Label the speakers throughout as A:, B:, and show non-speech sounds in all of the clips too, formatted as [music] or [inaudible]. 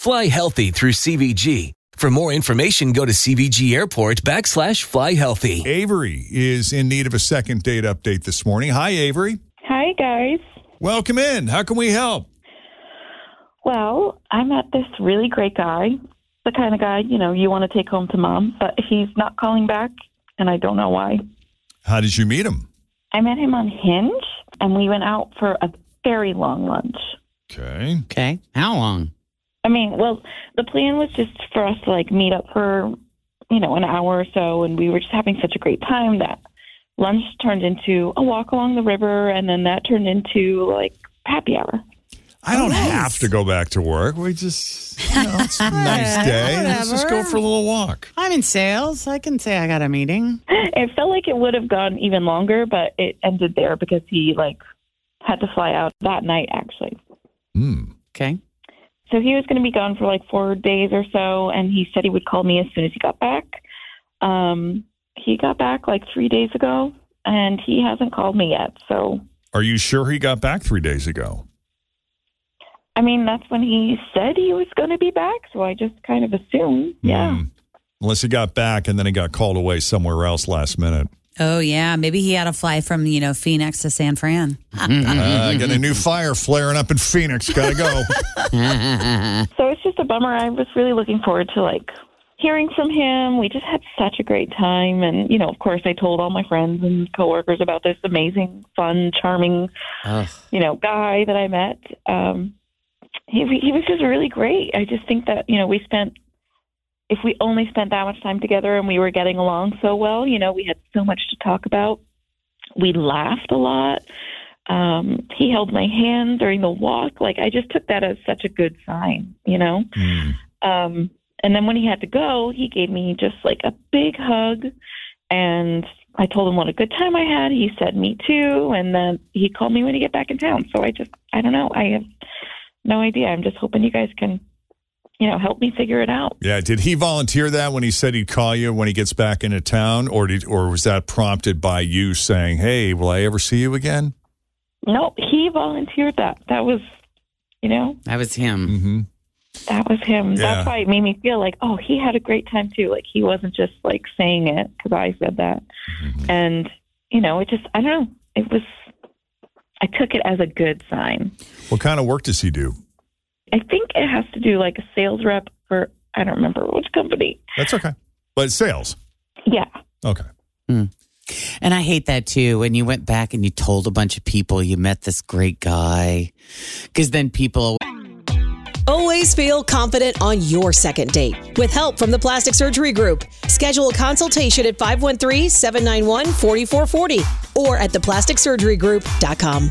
A: Fly healthy through CVG. For more information, go to CVG Airport backslash fly healthy.
B: Avery is in need of a second date update this morning. Hi, Avery.
C: Hi, guys.
B: Welcome in. How can we help?
C: Well, I met this really great guy, the kind of guy, you know, you want to take home to mom, but he's not calling back, and I don't know why.
B: How did you meet him?
C: I met him on Hinge, and we went out for a very long lunch.
B: Okay.
D: Okay. How long?
C: I mean, well, the plan was just for us to like meet up for, you know, an hour or so, and we were just having such a great time that lunch turned into a walk along the river, and then that turned into like happy hour.
B: I don't have to go back to work. We just, you know, it's a nice day. Let's just go
D: whatever.
B: for a little walk.
D: I'm in sales. I can say I got a meeting.
C: [laughs] It felt like it would have gone even longer, but it ended there because he like had to fly out that night actually.
B: Hmm.
D: Okay.
C: So he was going to be gone for like four days or so, and he said he would call me as soon as he got back. Um, he got back like three days ago, and he hasn't called me yet. So,
B: Are you sure he got back three days ago?
C: I mean, that's when he said he was going to be back. So I just kind of assumed, yeah.
B: Hmm. Unless he got back and then he got called away somewhere else last minute.
E: Oh yeah, maybe he had to fly from you know Phoenix to San Fran.
B: Uh, got a new fire flaring up in Phoenix. Gotta go.
C: So it's just a bummer. I was really looking forward to like hearing from him. We just had such a great time, and you know, of course, I told all my friends and coworkers about this amazing, fun, charming,
D: Ugh.
C: you know, guy that I met. Um, he he was just really great. I just think that you know we spent. If we only spent that much time together and we were getting along so well, you know, we had so much to talk about. We laughed a lot. Um, he held my hand during the walk. Like, I just took that as such a good sign, you know?
B: Hmm.
C: Um, and then when he had to go, he gave me just like a big hug. And I told him what a good time I had. He said, Me too. And then he called me when he get back in town. So I just, I don't know. I have no idea. I'm just hoping you guys can, you know, help me figure it out.
B: Yeah. Did he volunteer that when he said he'd call you when he gets back into town, or did, or was that prompted by you saying, "Hey, will I ever see you again?"
C: No, he volunteered that. That was, you know,
D: That was him.
B: Mm-hmm.
C: that was him.
B: Yeah.
C: That's why it made me feel like, oh, he had a great time too. Like he wasn't just like saying it because I said that. And, you know, it just, I don't know. It was, I took it as a good sign.
B: What kind of work does he do?
C: I think it has to do like a sales rep for, I don't remember which company.
B: That's okay. But it's sales.
C: Yeah.
B: Okay.
D: And I hate that too. When you went back and you told a bunch of people you met this great guy, because then people
F: Always feel confident on your second date. With help from the Plastic Surgery Group, schedule a consultation at 513-791-4440 or at theplasticsurgerygroup.com.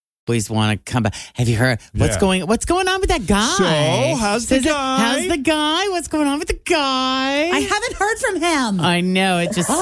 D: always want to come back. Have you heard what's
B: Yeah.
D: going What's going on with that guy?
B: So, how's the
D: Says it-
B: guy?
D: How's the guy? What's going on with the guy?
E: I haven't heard from him.
D: I know it
E: [gasps]
D: just sucks.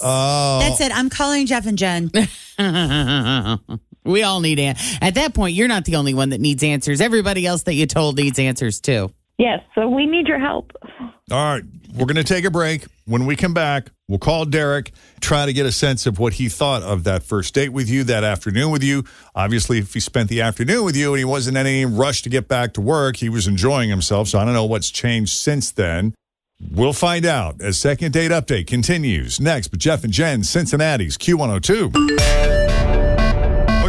B: Oh,
E: That's it. I'm calling Jeff and Jen.
D: [laughs] we all need an- at that point. You're not the only one that needs answers. Everybody else that you told needs answers too.
C: Yes, so we need your help.
B: all right. We're going to take a break. When we come back, we'll call Derek, try to get a sense of what he thought of that first date with you, that afternoon with you. Obviously, if he spent the afternoon with you and he wasn't in any rush to get back to work, he was enjoying himself. So I don't know what's changed since then. We'll find out as second date update continues next. But Jeff and Jen, Cincinnati's Q102.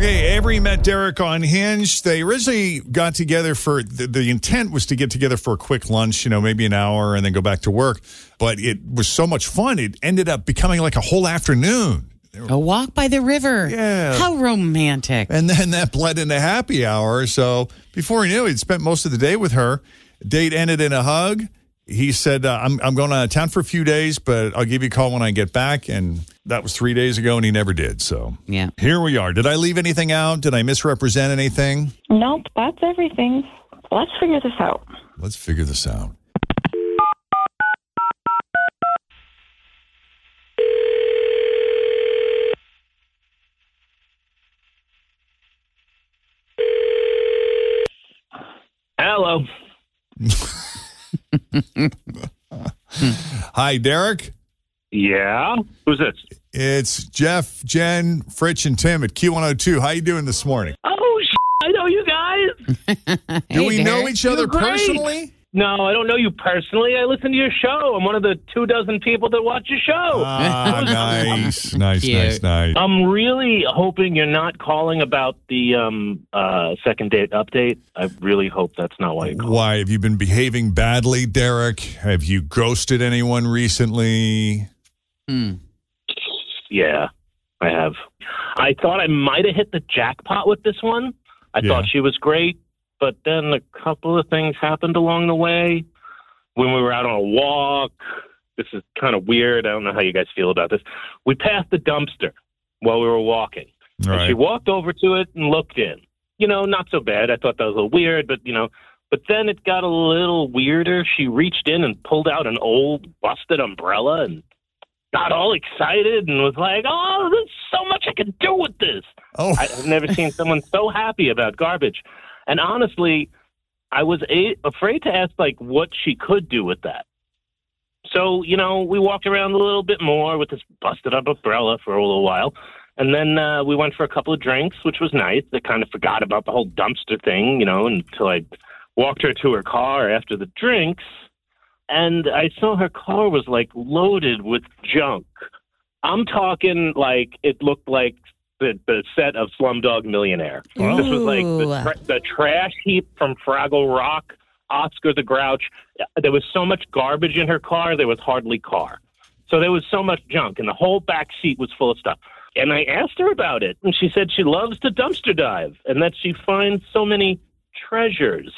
B: Okay, Avery met Derek on Hinge. They originally got together for the, the intent was to get together for a quick lunch, you know, maybe an hour and then go back to work. But it was so much fun, it ended up becoming like a whole afternoon.
D: A walk by the river.
B: Yeah.
D: How romantic.
B: And then that bled into happy hour. So before he knew, it, he'd spent most of the day with her. Date ended in a hug. He said, uh, I'm, I'm going out of town for a few days, but I'll give you a call when I get back. And that was three days ago, and he never did. So
D: Yeah.
B: here we are. Did I leave anything out? Did I misrepresent anything?
C: Nope, that's everything. Let's figure this out.
B: Let's figure this out.
G: Hello.
B: Hi, Derek.
G: Yeah. Who's this?
B: It's Jeff, Jen, Fritch, and Tim at Q102. How you doing this morning?
G: Oh, sh- I know you guys.
D: [laughs]
B: Do we know
D: Derek.
B: each other
G: You're great.
B: personally?
G: No, I don't know you personally. I listen to your show. I'm one of the two dozen people that watch your show. [laughs]
B: Ah, nice, nice,
D: Cute.
B: nice, nice.
G: I'm really hoping you're not calling about the um, uh, second date update. I really hope that's not why you called.
B: Why have you been behaving badly, Derek? Have you ghosted anyone recently?
D: Hmm.
G: Yeah, I have. I thought I might have hit the jackpot with this one. I
B: Yeah.
G: thought she was great, but then a couple of things happened along the way. When we were out on a walk, this is kind of weird. I don't know how you guys feel about this. We passed the dumpster while we were walking. And she
B: Right.
G: walked over to it and looked in. You know, not so bad. I thought that was a little weird, but you know, but then it got a little weirder. She reached in and pulled out an old busted umbrella and got all excited and was like, "Oh, there's so much I can do with this."
B: Oh,
G: I- I've never seen someone so happy about garbage. And honestly, I was a- afraid to ask like what she could do with that. So you know, we walked around a little bit more with this busted up umbrella for a little while, and then uh, we went for a couple of drinks, which was nice. I kind of forgot about the whole dumpster thing, you know, until I walked her to her car after the drinks, and I saw her car was like loaded with junk. I'm talking like it looked like the, the set of Slumdog Millionaire. This was like the,
E: Ooh.
G: tra- the trash heap from Fraggle Rock, Oscar the Grouch. There was so much garbage in her car, there was hardly car. So there was so much junk, and the whole back seat was full of stuff. And I asked her about it, and she said she loves to dumpster dive and that she finds so many treasures.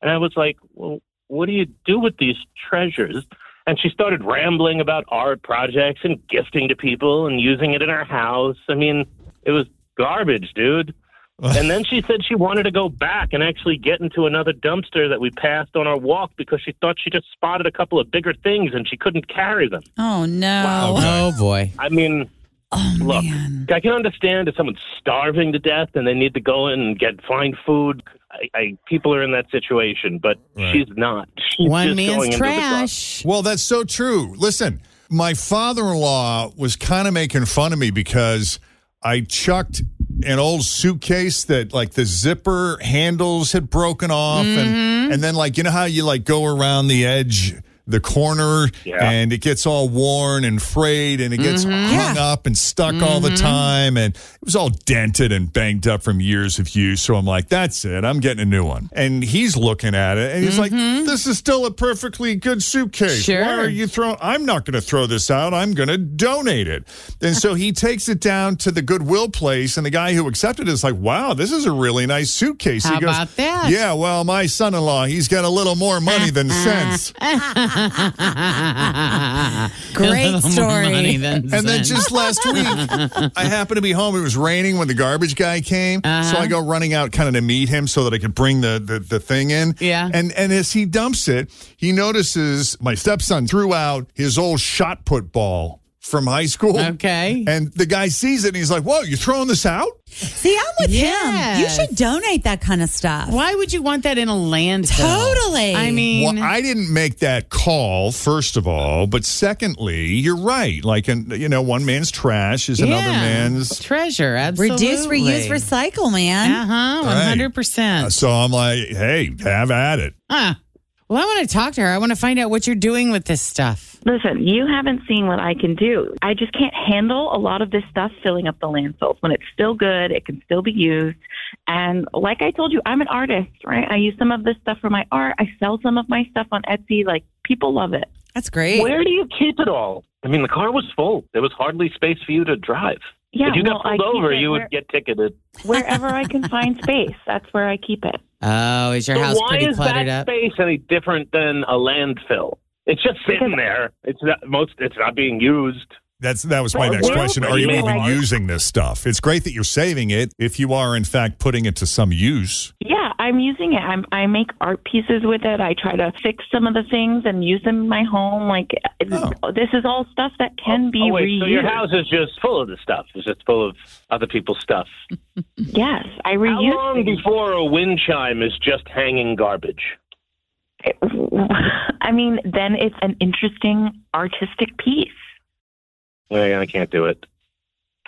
G: And I was like, well, what do you do with these treasures? And she started rambling about art projects and gifting to people and using it in her house. I mean, it was garbage, dude. and
B: [laughs]
G: then she said she wanted to go back and actually get into another dumpster that we passed on our walk because she thought she just spotted a couple of bigger things and she couldn't carry them.
E: Oh no.
D: Oh boy.
G: I mean,
E: Oh
G: Look.
E: man.
G: I can understand if someone's starving to death and they need to go in and get find food. I, I people are in that situation, but
B: Right.
G: she's not. She's
D: One
G: just going
D: man's
G: into the garbage.
D: trash. [laughs]
B: Well, that's so true. Listen, my father in law was kind of making fun of me because I chucked an old suitcase that like the zipper handles had broken off and and then like you know how you like go around the edge the corner
G: Yeah.
B: and it gets all worn and frayed and it gets hung up and stuck all the time and it was all dented and banged up from years of use so i'm like that's it i'm getting a new one and he's looking at it and he's like this is still a perfectly good suitcase why
D: Sure.
B: are you throwing i'm not going to throw this out i'm going to donate it and so he takes it down to the goodwill place and the guy who accepted it is like wow this is a really nice suitcase
D: How
B: he goes
D: about that? Uh-huh.
B: yeah well my son-in-law he's got a little more money than sense
D: A
E: [laughs] Great
D: little more
E: story.
D: money than
B: And then
D: sense.
B: just last week, I happened to be home. It was raining when the garbage guy came, so
D: Uh-huh.
B: I go running out kind of to meet him so that I could bring the, the the thing in.
D: Yeah.
B: And and as he dumps it, he notices my stepson threw out his old shot put ball from high school.
D: [laughs] Okay.
B: And the guy sees it and he's like, "Whoa, you throwing this out?"
E: See, I'm with him. You
D: Yes.
E: should donate that kind of stuff.
D: Why would you want that in a landfill?
E: Totally.
D: I mean,
B: Well, I didn't make that call, first of all, but secondly, you're right. Like, an, you know, one man's trash is another
D: yeah.
B: man's
D: treasure. Absolutely.
E: Reduce, reuse, recycle, man.
D: Uh huh. One
B: Right. Uh,
D: hundred percent.
B: So I'm like, hey, have at it.
D: Well, I want to talk to her. I want to find out what you're doing with this stuff.
C: Listen, you haven't seen what I can do. I just can't handle a lot of this stuff filling up the landfills when it's still good, it can still be used. And like I told you, I'm an artist, right? I use some of this stuff for my art. I sell some of my stuff on Etsy. Like people love it.
E: That's great.
G: Where do you keep it all? I mean, the car was full. There was hardly space for you to drive.
C: Yeah,
G: if you
C: well,
G: got
C: I
G: pulled
C: keep
G: over,
C: it
G: you
C: where-
G: would get ticketed.
C: Wherever I can
G: [laughs]
C: find space, that's where I keep it.
D: Oh, is your
G: So
D: house
G: why
D: pretty
G: is
D: cluttered
G: that
D: up?
G: space any different than a landfill? It's just sitting there. It's not most. It's not being used.
B: That's that was my
G: Well,
B: next
G: well,
B: question. Are you
G: you
B: even
G: know-
B: using this stuff? It's great that you're saving it if you are in fact putting it to some use.
C: Yeah, I'm using it. I'm, I make art pieces with it. I try to fix some of the things and use them in my home. Like it-
B: Oh.
C: this is all stuff that can be
G: oh, wait,
C: reused.
G: so your house is just full of the stuff. It's just full of other people's stuff.
C: Yes, I
G: How
C: reuse.
G: long
C: things.
G: before a wind chime is just hanging garbage?
C: [laughs] I mean, then it's an interesting artistic piece.
G: I I can't do it.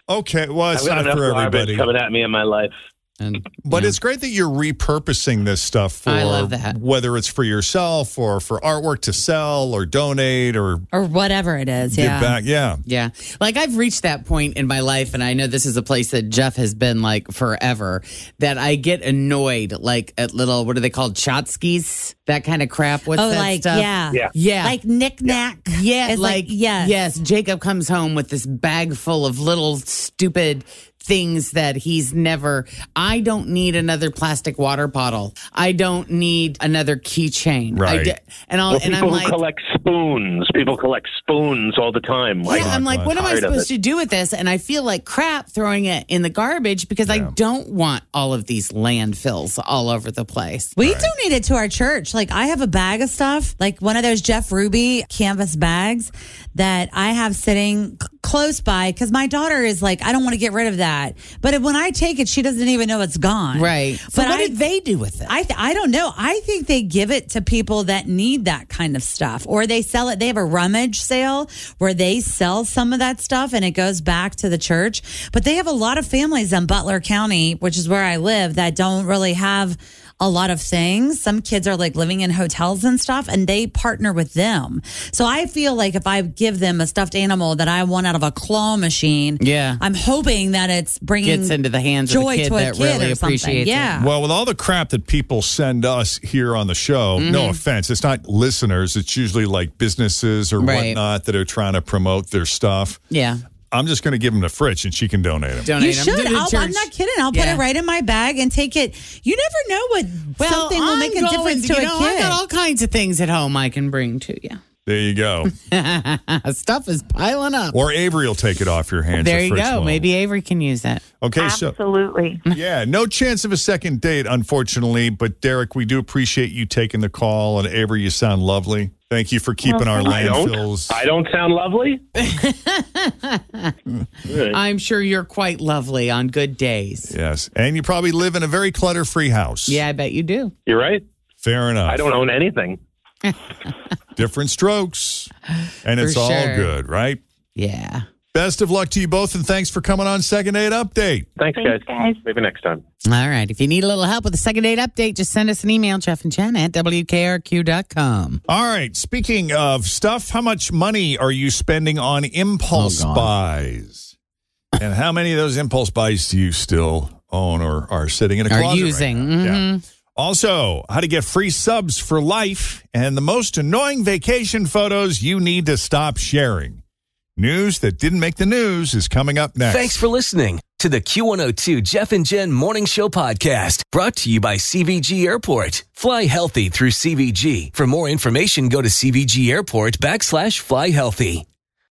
B: Okay, well, it's
G: I've got
B: not
G: enough
B: for
G: garbage
B: everybody.
G: coming at me in my life.
D: And-
B: But
D: yeah.
B: it's great that you're repurposing this stuff for
D: I love that.
B: whether it's for yourself or for artwork to sell or donate or
E: Or whatever it is.
B: give
E: Yeah.
B: back. Yeah.
D: Yeah. Like I've reached that point in my life and I know this is a place that Jeff has been like forever that I get annoyed like at little what are they called chotskis? That kind of crap. What's
E: Oh,
D: that
E: like,
D: stuff?
E: yeah.
G: Yeah.
D: Yeah.
E: Like knickknack.
D: yeah,
E: It's like, yes.
D: Yes, Jacob comes home with this bag full of little stupid things that he's never I don't need another plastic water bottle. I don't need another keychain. I
B: Right.
D: d- and I'll,
G: Well,
D: and
G: people
D: I'm
G: who
D: like
G: collect spoons. People collect spoons all the time. Like,
D: yeah, I'm like, what am I
G: Tired of
D: supposed
G: it.
D: to do with this? And I feel like crap throwing it in the garbage because I don't want all of these landfills all over the place.
E: We donated to our church. Like I have a bag of stuff, like one of those Jeff Ruby canvas bags that I have sitting c- close by because my daughter is like, I don't want to get rid of that. But when I take it, she doesn't even know it's gone.
D: Right. So
E: But
D: what
E: I-
D: did they do with it?
E: I, th- I don't know. I think they give it to people that need that kind of stuff, or they sell it. They have a rummage sale where they sell some of that stuff and it goes back to the church. But they have a lot of families in Butler County, which is where I live, that don't really have a lot of things. Some kids are like living in hotels and stuff, and they partner with them. So I feel like if I give them a stuffed animal that I want out of a claw machine,
D: Yeah.
E: I'm hoping that it's bringing
D: Gets into the hands of a
E: joy
D: kid
E: to a
D: that
E: kid
D: really
E: or something.
D: appreciates it.
E: Yeah.
B: Well, with all the crap that people send us here on the show,
D: Mm-hmm.
B: no offense, it's not listeners. It's usually like businesses or
D: Right.
B: whatnot that are trying to promote their stuff.
D: yeah.
B: I'm just going to give them to Fritch and she can donate them.
D: Donate
E: You
D: 'em
E: should.
D: to the
E: I'll, I'm
D: church.
E: not kidding. I'll
D: Yeah.
E: put it right in my bag and take it. You never know what
D: Well,
E: something will
D: I'm
E: make a
D: going-
E: difference to
D: you
E: a
D: know, I
E: kid.
D: got all kinds of things at home I can bring to you. [laughs]
B: There you go.
D: Stuff is piling up.
B: Or Avery will take it off your hands.
D: there
B: if
D: you
B: Fritz
D: go.
B: won't.
D: Maybe Avery can use that.
B: Okay, so
C: Absolutely.
B: yeah, no chance of a second date, unfortunately. But Derek, we do appreciate you taking the call, and Avery, you sound lovely. Thank you for keeping our
G: I don't.
B: landfills.
G: I don't sound lovely.
D: I'm sure you're quite lovely on good days.
B: Yes, and you probably live in a very clutter-free house.
D: Yeah, I bet you do.
G: You're right.
B: fair enough.
G: I don't own anything.
B: [laughs] Different strokes, and
D: For
B: it's all
D: sure.
B: good, right?
D: Yeah.
B: Best of luck to you both, and thanks for coming on Second Date Update.
G: Thanks,
C: Thanks, guys.
G: Maybe next time.
D: All right. If you need a little help with the second date update, just send us an email, Jeff and Jen at WKRQ.com.
B: All right. Speaking of stuff, how much money are you spending on impulse
D: Oh, God.
B: buys? And how many of those impulse buys do you still own or are sitting in a
D: Are
B: closet? right
D: using,
B: now? Yeah.
D: mhm.
B: Also, how to get free subs for life and the most annoying vacation photos you need to stop sharing. News that didn't make the news is coming up next.
A: Thanks for listening
G: to the Q102 Jeff and Jen Morning Show podcast brought to you by CVG Airport. Fly healthy through CVG. For more information, go to CVG Airport backslash fly healthy.